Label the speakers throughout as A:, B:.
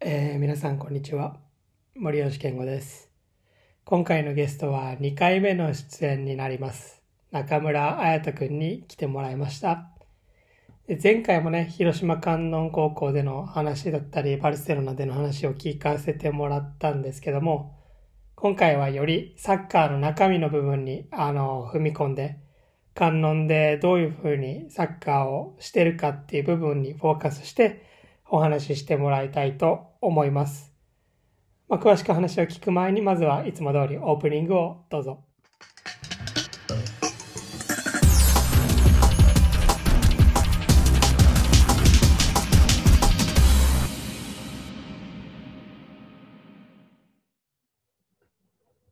A: えー皆さんこんにちは森吉健吾です今回のゲストは2回目の出演になります中村彩人くんに来てもらいましたで前回もね広島観音高校での話だったりバルセロナでの話を聞かせてもらったんですけども今回はよりサッカーの中身の部分にあの踏み込んで観音でどういうふうにサッカーをしてるかっていう部分にフォーカスしてお話ししてもらいたいと思います。まあ、詳しく話を聞く前にまずはいつも通りオープニングをどうぞ。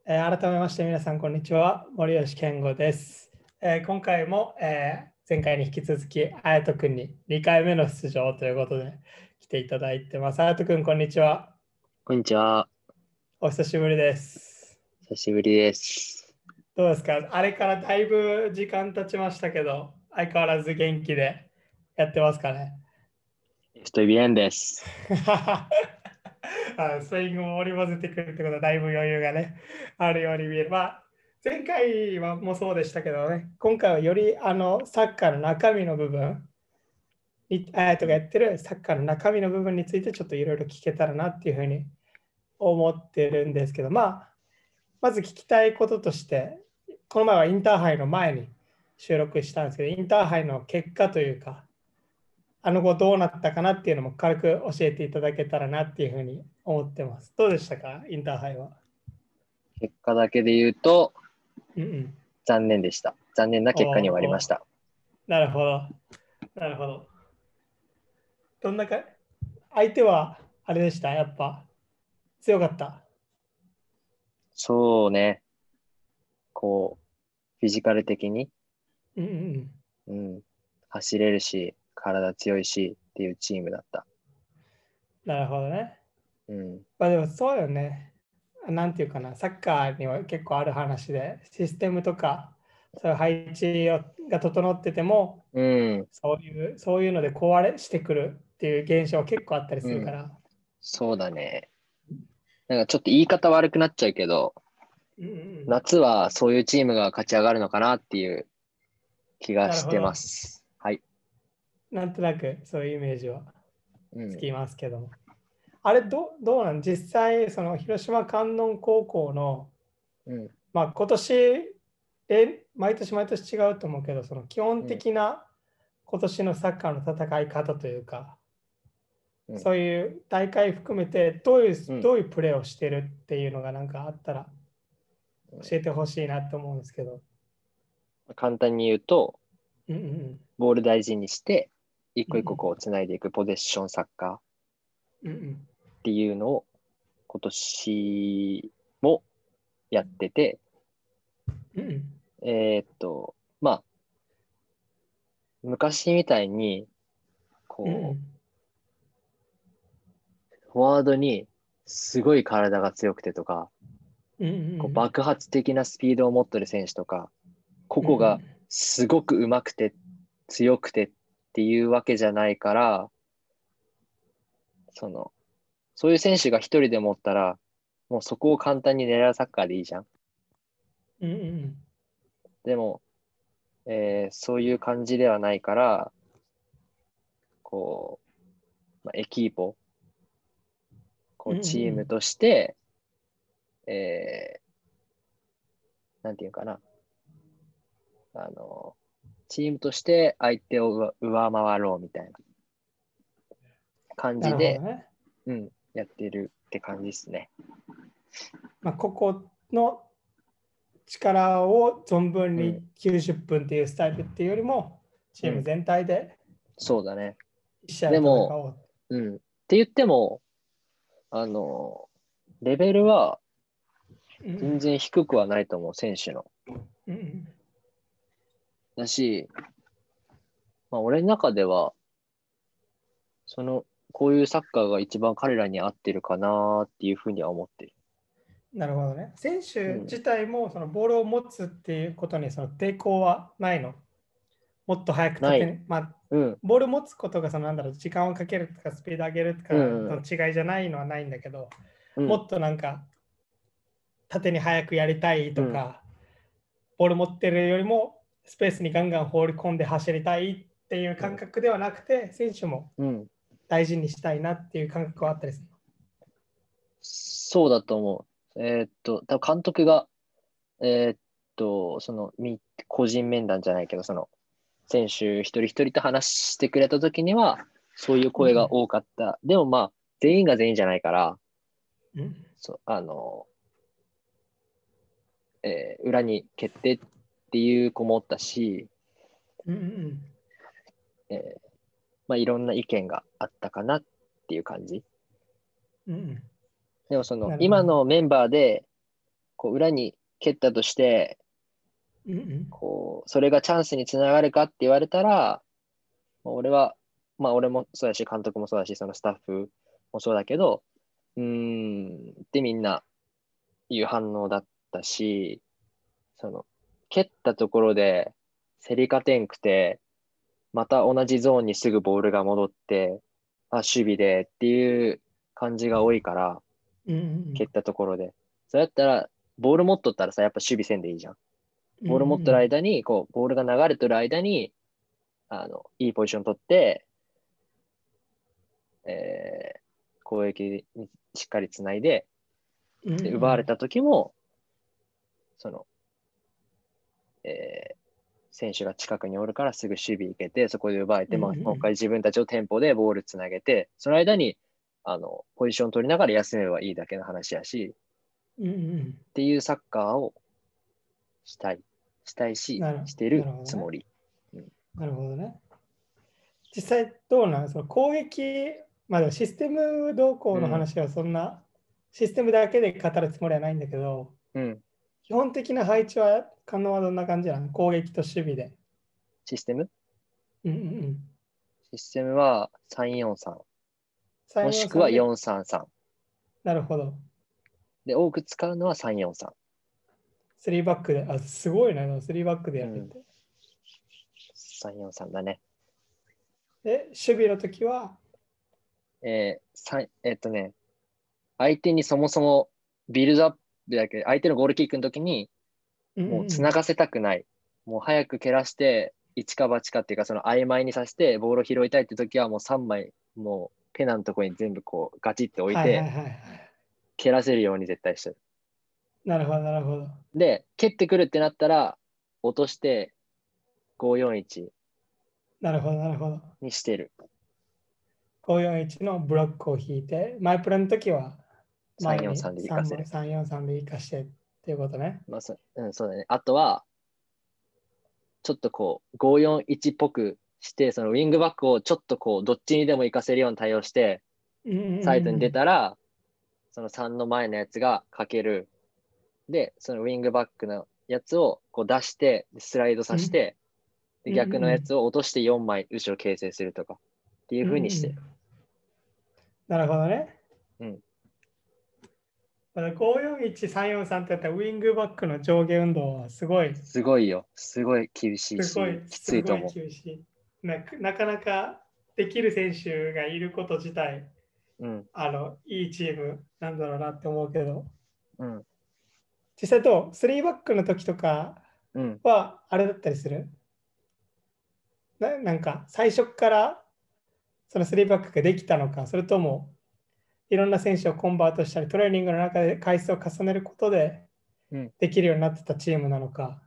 A: えー改めまして皆さんこんにちは森吉健吾です、えー今回も、えー前回に引き続きあやとくんに2回目の出場ということで来ていただいてますあやとくんこんにちは
B: こんにちは。
A: お久しぶりです
B: 久しぶりです。
A: どうですかあれからだいぶ時間経ちましたけど相変わらず元気でやってますかね
B: Estoy bien です。
A: あスペイン語も織り交ぜてくるってことはだいぶ余裕がねあるように見える、まあ、前回はもうそうでしたけどね今回はよりあのサッカーの中身の部分いあやとがやってるサッカーの中身の部分についてちょっといろいろ聞けたらなっていうふうに思ってるんですけど、まあ、まず聞きたいこととしてこの前はインターハイの前に収録したんですけどインターハイの結果というかあの後どうなったかなっていうのも軽く教えていただけたらなっていうふうに思ってます。どうでしたかインターハイは。
B: 結果だけで言うと
A: うんうん。
B: 残念でした。残念な結果に終わりました。
A: なるほど。なるほど。どんなか相手はあれでしたやっぱ強かった。
B: そうね。こう、フィジカル的に、
A: うんうんうん。
B: うん、走れるし、体強いしっていうチームだった。
A: なるほどね。
B: うん、
A: まあでもそうよね。なんていうかな、サッカーには結構ある話で、システムとか、そういう配置をが整ってても、
B: うん、
A: そういう、そういうので壊れしてくるっていう現象結構あったりするから。
B: そうだね。なんかちょっと言い方悪くなっちゃうけど、
A: うんうんうん、
B: 夏はそういうチームが勝ち上がるのかなっていう気がしてます。はい。
A: なんとなくそういうイメージは
B: うん
A: つきますけども。あれど、どうなん実際、その広島観音高校の、
B: うん
A: まあ今年、え毎年毎年違うと思うけど、その基本的な今年のサッカーの戦い方というか、
B: うん
A: そういう大会含めてどういう、
B: うん
A: どういうプレーをしてるっていうのがなんかあったら教えてほしいなと思うんですけど。
B: 簡単に言うと、
A: うんうんうん
B: ボール大事にして、一個一個こう繋いでいくポゼッションサッカーっ
A: うんうん
B: ていうのを今年もやってて、
A: うんうん
B: えーっと、まあ、昔みたいに、こう、
A: うんうん
B: フォワードにすごい体が強くてとか、
A: うん
B: こう
A: ッ
B: 爆発的なスピードを持ってる選手とか、個々がすごく上手くて強くてっていうわけじゃないから、その、そういう選手が一人で持ったら、もうそこを簡単に狙うサッカーでいいじゃん。
A: うんうんうん
B: でも、えーそういう感じではないから、こう、まあ、エキーポ、こ
A: うんう
B: うんチームとして、えーなんていうかな、あの、チームとして相手を上上回ろうみたいな感
A: な
B: じ
A: るほど
B: で、
A: ね
B: うん、やってるって感じですね。
A: まあ、ここの力を存分
B: う
A: に90分っていうスタイルっていうよりも、チーム全体で
B: そうだね。
A: 一試合を
B: で
A: 戦
B: も
A: おう。
B: うん。って言っても、あの、レベルは
A: うんうん
B: 全然低くはないと思う、選手の。
A: うん
B: だし、まあ、俺の中では、その、こういうサッカーが一番彼らに合ってるかなっていうふうには思ってる。
A: なるほどね。選手
B: うん
A: 自体もそのボールを持つっていうことにその抵抗はないの。もっと早く得点
B: な
A: まあ、
B: うん、
A: ボール持つことがそのなんだろう時間をかけるとかスピード上げるとかの違いじゃないのはないんだけど、
B: うん
A: もっとなんか縦に早くやりたいとか、ボール持ってるよりもスペースにガンガン放り込んで走りたいっていう感覚ではなくて、選手も
B: うん、
A: 大事にしたいなっていう感覚はあったりする。
B: そうだと思う。えーっと、多分監督が、えーっと、その、み個人面談じゃないけど、その、選手一人一人と話してくれた時には、そういう声が多かった。でもまあ、全員が全員じゃないから、
A: うん
B: そうあの、えー裏に決定っていう子もおったし、
A: うんうん
B: えーまあ、いろんな意見があったかなっていう感じ。
A: うんうん
B: でもそ
A: な
B: の
A: るほど
B: 今のメンバーでこう裏に蹴ったとして
A: うんうん
B: こうそれがチャンスにつながるかって言われたらまあ俺はまあ俺もそうだし監督もそうだしそのスタッフもそうだけどうーんってみんないう反応だったしその蹴ったところで競り勝てんくてまた同じゾーンにすぐボールが戻ってあ守備でっていう感じが多いから。
A: うんうん
B: 蹴ったところで。そうやったら、ボール持っとったらさ、やっぱ守備せんでいいじゃん。ボール持っとる間に、こう、ボールが流れてる間に、あの、いいポジション取って、えー攻撃にしっかりつないで、
A: うんうん
B: で奪われた時も、その、えー選手が近くにおるからすぐ守備行けて、そこで奪えて、まあ、
A: うんうん
B: もう一回自分たちをテンポでボールつなげて、その間に、あの、ポジション取りながら休めばいいだけの話やし、
A: うんうん
B: っていうサッカーをしたい、したいし
A: なる、
B: してる
A: なるほどね
B: つもり。
A: なるほどね。実際どうなんその攻撃、まあ、でもシステム動向の話はそんな、システムだけで語るつもりはないんだけど、
B: うん。
A: 基本的な配置は可能はどんな感じなの攻撃と守備で。
B: システム
A: うんうんうん
B: システムは343、
A: 三
B: もしくは。433。
A: なるほど。
B: で、多く使うのは343。
A: 3バックで。あ、すごいな、でも3バックでやるって。
B: 343だね。
A: で、守備の時は、
B: えー三えっとね、相手にそもそもビルドアップだけど、相手のゴールキックの時
A: うんう
B: に、
A: ん
B: もう繋がせたくない。もう早く蹴らして、一か八かっていうか、その曖昧にさせて、ボールを拾いたいって時は、もう3枚、もうペナのとこに全部こう、ガチって置いて、
A: はいはいはいはい。
B: 蹴らせるように絶対してる。
A: なるほど、なるほど。
B: で、蹴ってくるってなったら、落として541
A: なるほど、なるほど。
B: にしてる。
A: 541のブロックを引いて、マイプラの時は前に
B: 343で行かせる。
A: 343で生かしてっていうことね。
B: まあそ、うん、そうだね。あとは、ちょっとこう、541っぽくして、そのウィングバックをちょっとこう、どっちにでも行かせるように対応して、サイドに出たら、その3の前のやつがかける。で、そのウィングバックのやつをこう出して、スライドさせて、
A: う
B: で
A: ん
B: 逆のやつを落として4枚後ろ形成するとか、っていう風にしてる。
A: なるほどね。
B: うん。
A: だから541、343ってやったらウィングバックの上下運動はすごい、
B: すごいよ。すごい厳しいし
A: すごい、、
B: きついと思
A: すごい厳しいなかなかなかできる選手がいること自体、
B: う。うん。
A: あの、いいチームなんだろうなって思うけど、
B: うん。
A: 実際どう ?3 バックの時とか、
B: うん。
A: はあれだったりするななんか最初からその3バックができたのかそれともいろんな選手をコンバートしたりトレーニングの中で回数を重ねることで
B: うん
A: できるようになってたチームなのか、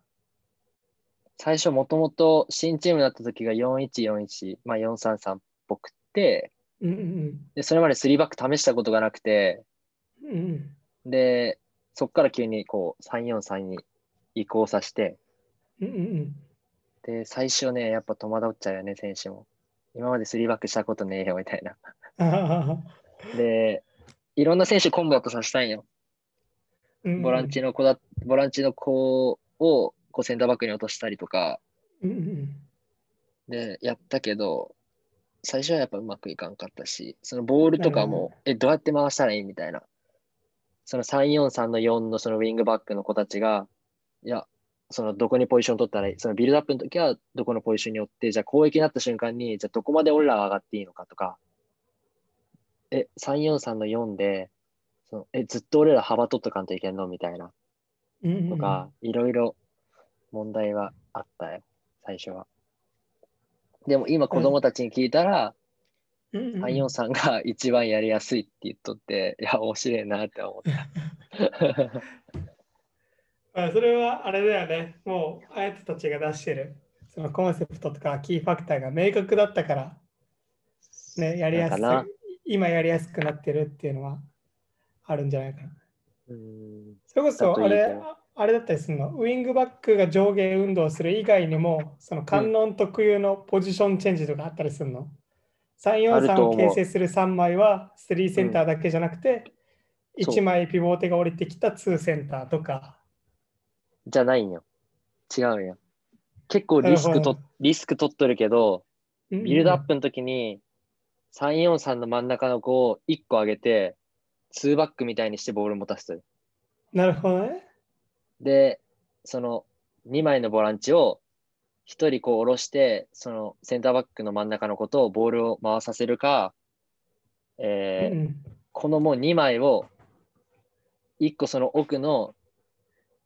B: 最初もともと新チームだった時が4141、まあ433っぽくて、
A: うんうん
B: で、それまで3バック試したことがなくて、
A: うんうんうん
B: で、そっから急にこう343に移行させて、
A: うんうん
B: で、最初ね、やっぱ戸惑っちゃうよね、選手も。今まで3バックしたことねえよ、みたいな。
A: あははは
B: で、いろんな選手コンバートさせたいんよ。
A: うんうん
B: ボランチの子だ、ボランチの子をこうセンターバックに落としたりとか、
A: うんうん
B: で、やったけど、最初はやっぱうまくいかんかったし、そのボールとかも、え、どうやって回したらいいみたいな。その343の4のそのウィングバックの子たちが、いや、そのどこにポジション取ったらいい、そのビルドアップの時はどこのポジションによって、じゃあ攻撃になった瞬間に、じゃあどこまで俺らが上がっていいのかとか、え、343の4で、そのえ、ずっと俺ら幅取っとかんといけんのみたいな
A: うんうん
B: とか、いろいろ問題はあったよ、最初は。でも今子供たちに聞いたら、
A: うんうんうん
B: 343が一番やりやすいって言っとって、いや、面白いなって思った。
A: あそれはあれだよね。もう、あやつたちが出してる、そのコンセプトとかキーファクターが明確だったから、ね、やりやすい
B: なんかな。
A: 今やりやすくなってるっていうのはあるんじゃないかな。
B: うん
A: それこ
B: だ
A: そ、
B: とい
A: あ
B: いけど
A: れ、ああれだったりするの、ウィングバックが上下運動する以外にも、その観音特有のポジションチェンジとかあったりするの。
B: ある
A: 343
B: と
A: を
B: 思う
A: 形成する3枚は、3センターだけじゃなくて、
B: うんそう
A: 1枚ピボーテが降りてきた2センターとか。
B: じゃないんよ。違うんよ。結構リスク
A: なるほ
B: と
A: ど、
B: リスク取っとるけど、ビ
A: ビ
B: ルドアップの時に、343の真ん中の子を1個上げて、2バックみたいにしてボール持たせてる。
A: なるほどね。
B: で、その2枚のボランチを1人こう下ろして、そのセンターバックの真ん中の子とボールを回させるか、えー
A: うん
B: このもう2枚を1個その奥の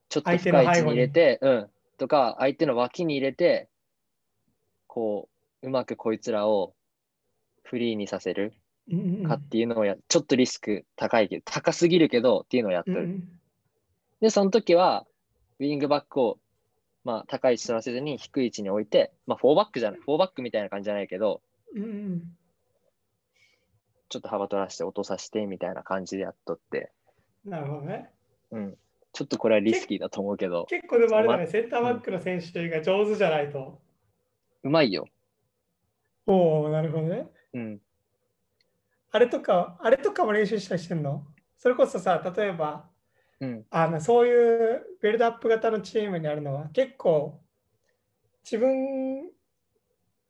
B: ちょっと深い位置に入れて、うん、とか相手の脇に入れてこううまくこいつらをフリーにさせる
A: うんうんうん
B: かっていうのをや、ちょっとリスク高いけど高すぎるけどっていうのをやっと
A: うん
B: る、
A: うん
B: でその時はウィングバックをまあ高い位置取らせずに低い位置に置いてまあフォーバックじゃないフォーバックみたいな感じじゃないけど
A: うんうん
B: ちょっと幅取らせて落とさせてみたいな感じでやっとって、
A: なるほどね。
B: うん、ちょっとこれはリスキーだと思うけど
A: 結構でもあれだね、センターバックの選手が上手じゃないと。
B: うまいよ
A: おお、なるほどね。
B: うん。
A: あれとか、あれとかも練習したりしてんのそれこそさ、例えば、
B: うん。
A: あのそういうビルドアップ型のチームにあるのは、結構、自分、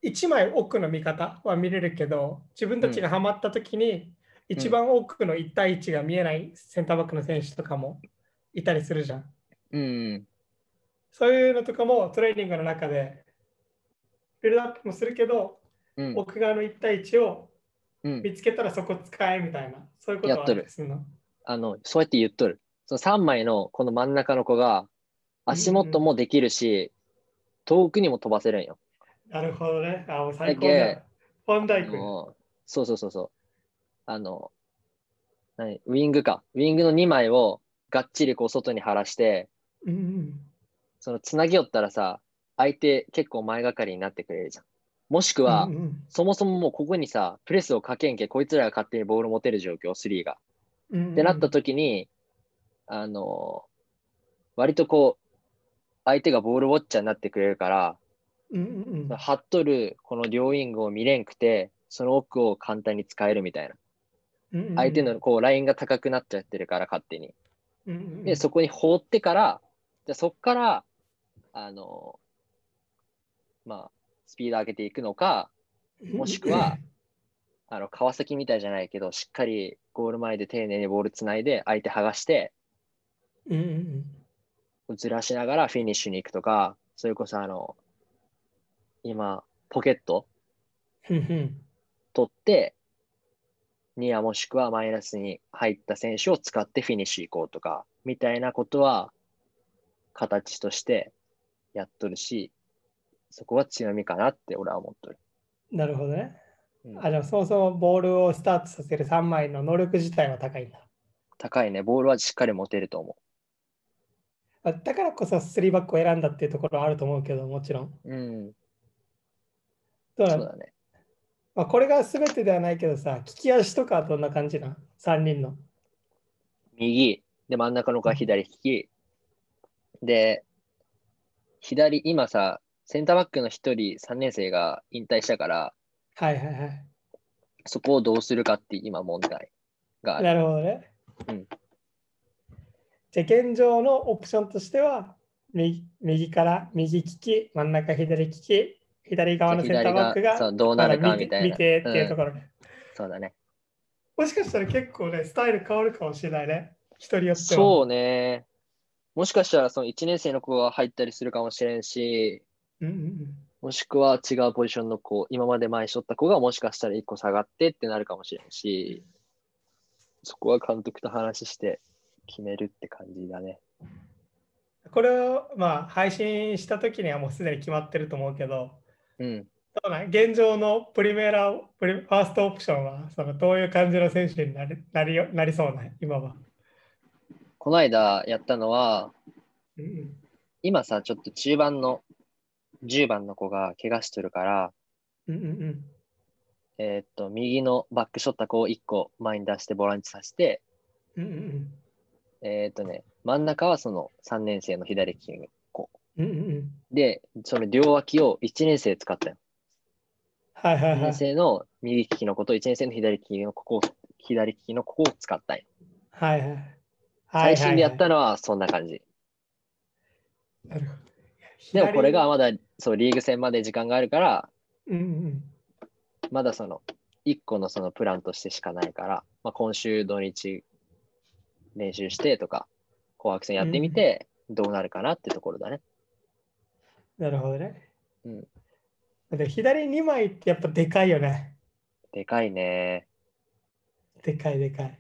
A: 一枚奥の見方は見れるけど、自分たちがハマった時に、
B: ん
A: 一番奥の1対1が見えないセンターバックの選手とかもいたりするじゃん。
B: うん。
A: そういうのとかもトレーニングの中でビルドアップもするけど、
B: うん。
A: 奥側の1対1を
B: うん。
A: 見つけたらそこ使えみたいな、そういうことはあったりするの。
B: あの、そうやって言っとる。その3枚のこの真ん中の子が、足元もできるし、遠くにも飛ばせるんよ。
A: なるほどね。あ、もう最高じゃ
B: だ
A: ん。フォンダイ
B: あ
A: ク。
B: のそうそうそうそう。あの、何ウィングか。ウィングの2枚をがっちりこう外に張らして、
A: うんうん
B: そのつなぎよったらさ、相手結構前がかりになってくれるじゃん。もしくは、
A: うんうん
B: そもそももうここにさ、プレスをかけんけ、こいつらが勝手にボール持てる状況、3が。
A: うんうん
B: ってなった時に、あの、割とこう、相手がボールウォッチャーになってくれるから、
A: うんうんうん
B: 張っとるこの両ウィングを見れんくて、その奥を簡単に使えるみたいな。
A: うんうん
B: 相手のこう、ラインが高くなっちゃってるから、勝手に。
A: うんうん
B: で、そこに放ってから、じゃあそっから、あの、まあ、スピード上げていくのか、もしくは、あの、川崎みたいじゃないけど、しっかりゴール前で丁寧にボールつないで、相手剥がして、
A: うんうんうん
B: ずらしながらフィニッシュに行くとか、それこそあの、今、ポケット
A: うんうん
B: 取って、ニアもしくはマイナスに入った選手を使ってフィニッシュ行こうとか、みたいなことは、形としてやっとるし、そこは強みかなって俺は思っとる。
A: なるほどね。
B: うん
A: あ、じゃあそもそもボールをスタートさせる3枚の能力自体は高いんだ。
B: 高いね、ボールはしっかり持てると思
A: あだからこそ3バックを選んだっていうところはあると思うけど、もちろん。
B: う。うん、
A: どうな
B: そ
A: ん
B: うだね。
A: まあ、これが全てではないけどさ、利き足とかはどんな感じなん ?3 人の。
B: 右、で、真ん中の子は左利き。で、左、今さ、センターバックの一人、3年生が引退したから、
A: はいはいはい。
B: そこをどうするかって今問題がある。
A: なるほどね。
B: うん
A: じゃあ現状のオプションとしては右、右から右利き、真ん中左利き、左側のセンターバック
B: 左そ
A: が
B: うどうなる
A: まだ
B: か
A: 見て
B: みたいな。
A: 見てっていうと
B: うん
A: ころね。
B: そうだね。
A: もしかしたら結構ね、スタイル変わるかもしれないね。人によっては。
B: そうね。もしかしたらその1年生の子が入ったりするかもしれんし、
A: うんうん
B: もしくは違うポジションの子、今まで前しとった子がもしかしたら1個下がってってなるかもしれんし、そこは監督と話して決めるって感じだね。
A: うん、これをまあ配信した時にはもうすでに決まってると思うけど、
B: うん。
A: どうなん現状のプリメーラプリファーストオプションはそのどういう感じの選手になりなりよなりそうなん今は。
B: この間やったのは、
A: うんうん
B: 今さ、ちょっと中盤の10番の子が怪我しとるから、
A: うんうん
B: えーっと、右のバックショットこう1個前に出してボランチさせて、
A: うんうんうん
B: えーっとね、真ん中はその3年生の左利きの子。
A: うんうんうん
B: で、その両脇を1年生使ったよ。
A: はいは
B: 1
A: いは
B: 年
A: い。
B: 生の右利きの子と1年生の左利きのここを、左利きのここを使ったんよ。
A: はいはい。
B: 最新でやった
A: の。
B: のはそんな感じ。
A: なるほど
B: でもこれが、まだそうリーグ戦まで時間があるから、
A: うんうん
B: まだその1個のそのプランとしてしかないから、まあ、今週土日練習してとか、紅白戦やってみてどうなるかなってところだね。
A: なるほどね。
B: うん
A: で左2枚ってやっぱでかいよね。
B: でかいね。
A: でかいでかい。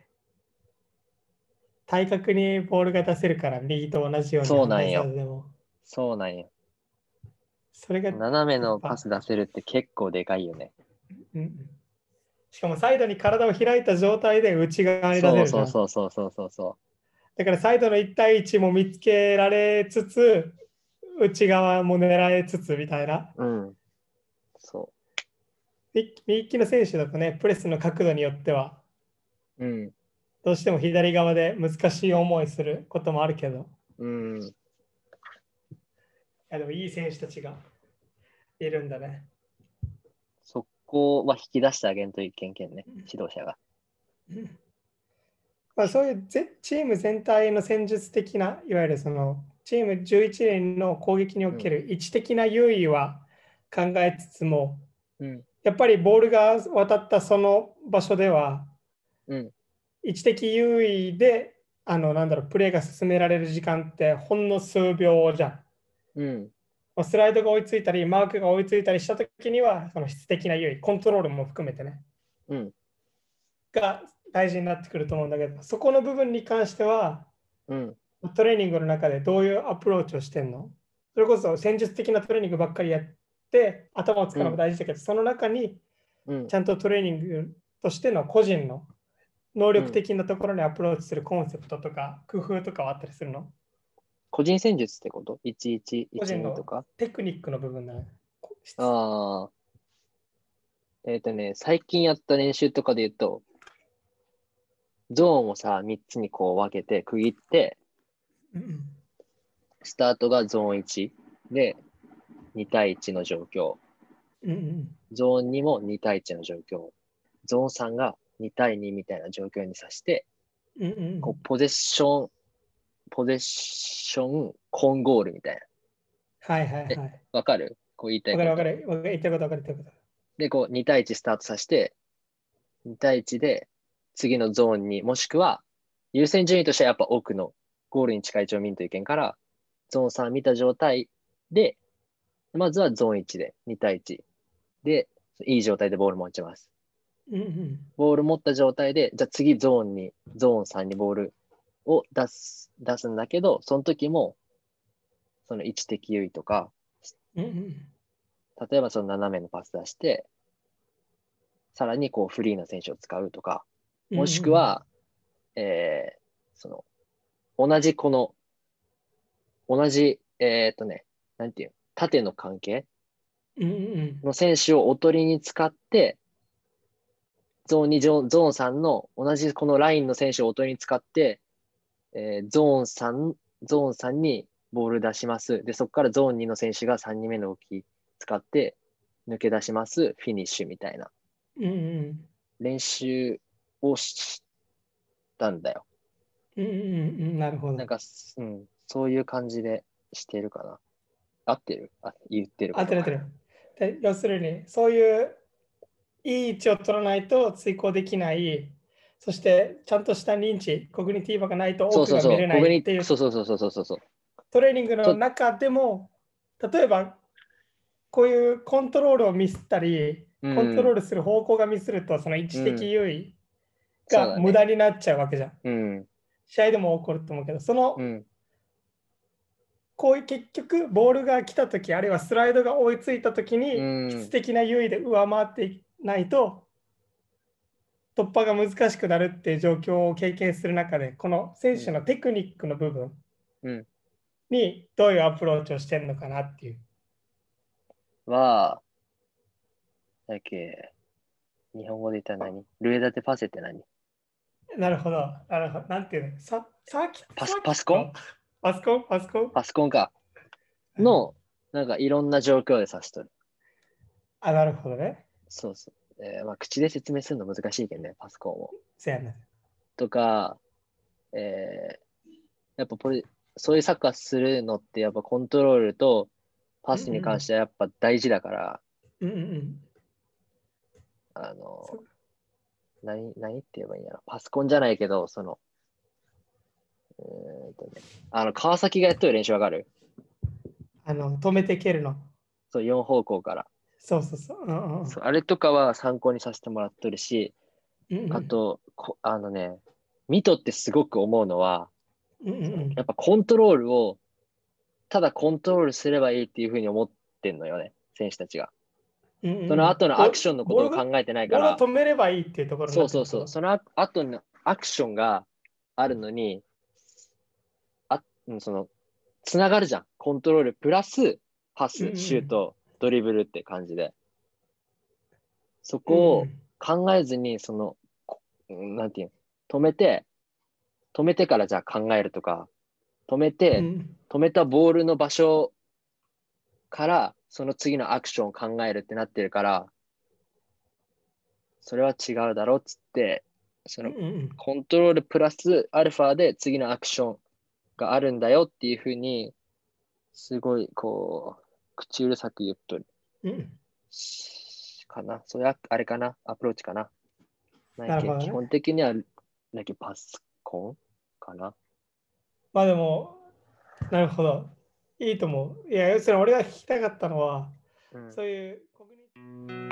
A: 体格にボールが出せるから右と同じように
B: そうなんよ
A: 反対サイドでも
B: そうなんよ。
A: それが、うん
B: 斜めのパス出せるって結構でかいよね。
A: うんしかもサイドに体を開いた状態で内側に出せ
B: そ
A: る
B: う
A: じ
B: そ
A: ゃ
B: うんそうそうそうそうそ
A: だからサイドの1対1も見つけられつつ内側も狙えつつみたいな
B: う。うん。そ
A: 右右利きの選手だとねプレスの角度によっては
B: う。うん。
A: どうしても左側で難しい思いすることもあるけど
B: うん。
A: いやでもいい選手たちがいるんだね。
B: そこは引き出してあげんといけんけんね、指導者が。
A: まあ、そういうぜチーム全体の戦術的ないわゆるそのチーム11年の攻撃における位置的な優位は考えつつも、
B: うん。
A: やっぱりボールが渡ったその場所では
B: うん。
A: 位置的優位であのなんだろうプレーが進められる時間ってほんの数秒じゃん。
B: うん。
A: もうスライドが追いついたりマークが追いついたりした時にはその質的な優位コントロールも含めてね
B: うん。
A: が大事になってくると思うんだけどそこの部分に関しては
B: うん。
A: トレーニングの中でどういうアプローチをしてんのそれこそ戦術的なトレーニングばっかりやって頭を使うのも大事だけど、その中に
B: うん
A: ち。ゃんとトレーニングとしての個人の能力的なところにアプローチするコンセプトとか工夫とかはあったりするの
B: 個人戦術ってこと ?1112 とか
A: テクニックの部分だね。こ質
B: ああ。えっ、とね、最近やった練習とかで言うと、ゾーンをさ、3つにこう分けて区切って、
A: うんうん
B: スタートがゾーン1で、2対1の状況。
A: うんうん
B: ゾーン2も2対1の状況。ゾーン3が2対2みたいな状況にさして、
A: うんうんうん
B: こうポゼッション、ポゼッション、コンゴールみたいな。
A: はいはいはい。
B: わかるこう言いたい
A: わ
B: こ
A: かる
B: と
A: わかる。わかる言ってることわかる言ってること。
B: で、こう、2対1スタートさせて、2対1で、次のゾーンに、もしくは、優先順位としてはやっぱ奥のゴールに近い位置を見んといけんから、ゾーン3見た状態で、まずはゾーン1で、2対1。で、いい状態でボール持ちます。
A: うんうん
B: ボール持った状態で、じゃあ次ゾーンに、ゾーン3にボールを出す、出すんだけど、その時も、その位置的優位とか、
A: うんうん
B: 例えばその斜めのパス出して、さらにこうフリーな選手を使うとか、
A: うん。
B: もしくは、えーその、同じこの、同じ、えーっとね、なんていうの、縦の関係
A: うんうん
B: の選手をおとりに使って、ゾーン2、ゾーンゾーン3の同じこのラインの選手をおとりに使って、えーゾーン3、ゾーン3にボール出します。で、そこからゾーン2の選手が3人目の動き使って抜け出します。フィニッシュみたいな
A: うんうん
B: 練習をしたんだよ。
A: うんうんうんうんなるほど
B: なん。か、うん、そういう感じでしてるかな。合ってるあ言ってる
A: あ
B: こと
A: ってる合ってる。で要するに、そういういい位置を取らないと追行できないそしてちゃんとした認知、コグニティブがないと
B: そ
A: 多
B: う
A: く
B: そう
A: が
B: そう。
A: 見れな
B: 僕
A: いっ
B: に
A: ていう
B: そうそうそうそうそうそうそう。
A: トレーニングの中でも、例えばこういうコントロールをミスったり、
B: うん
A: コントロールする方向がミスると、その一時的優位
B: うんそうだ
A: が
B: ね
A: 無駄になっちゃうわけじゃん。
B: うん。
A: 試合でも起こると思うけど、その、
B: うん。
A: こういう結局、ボールが来たとき、あるいはスライドが追いついたとき
B: う
A: に、
B: ん
A: 質的な優位で上回っていないと、突破が難しくなるっていう状況を経験する中で、この選手のテクニックの部分
B: うん
A: にどういうアプローチをしてるのかなっていう。
B: は、だっけ、日本語で言ったら何ルエダテパセって何
A: なるほど。なるほど。なんていうのササーキット
B: パス
A: サーキット
B: パソコン
A: パソコンパソコン
B: パソコンか。の、なんかいろんな状況で指しとる。
A: あ、なるほどね。
B: そうそう。えーまあ、口で説明するの難しいけどね、パソコンを。
A: せやな。
B: とか、えーやっぱこれ、そういうサッカーするのって、やっぱコントロールとパスに関してはやっぱ大事だから、
A: うんうんうん。
B: あの
A: そう、
B: 何、何って言えばいいんやろ。パソコンじゃないけど、その、うーんとね、あの、川崎がやっとる練習わかる
A: あの、止めて蹴るの。
B: そう、4方向から。
A: そうそうそう。うんうん
B: そうあれとかは参考にさせてもらっとるし、
A: うんうん
B: あ、と、こあのね、見とってすごく思うのは、
A: うんうんうん
B: やっぱコントロールを、ただコントロールすればいいっていうふうに思ってんのよね、選手たちが。
A: うんうんうん
B: その後のアクションのことを
A: ボール
B: 考えてない
A: ボ
B: か
A: ールを
B: ら、
A: 止めればいいっていうところに
B: そ
A: なっ
B: う
A: て
B: そ
A: る
B: うそう、
A: って
B: その後後のアクションがあるのに、あうんその、つながるじゃん。コントロールプラス、パ
A: うんうん
B: ス、シュート、ドリブルって感じで。そ
A: こと
B: こを考えずに、その、こうんなんていうの、止めて、止めてからじゃあ考えるとか、止めて、
A: うんうん
B: 止めたボールの場所からその次のアクションを考えるってなってるからそれは違うだろうっつってその
A: うんうん
B: コントロールプラスアルファで次のアクションがあるんだよっていうふうにすごいこう口うるさく言っとる
A: うんうん
B: しかなそれはあれかなアプローチかななんやっけ
A: なるほどね
B: 基本的にはなんやっけパスコンかな
A: まあでも、なるほど。いいと思う。いや、要するに俺が聞きたかったのは、
B: うん
A: そういうコグニ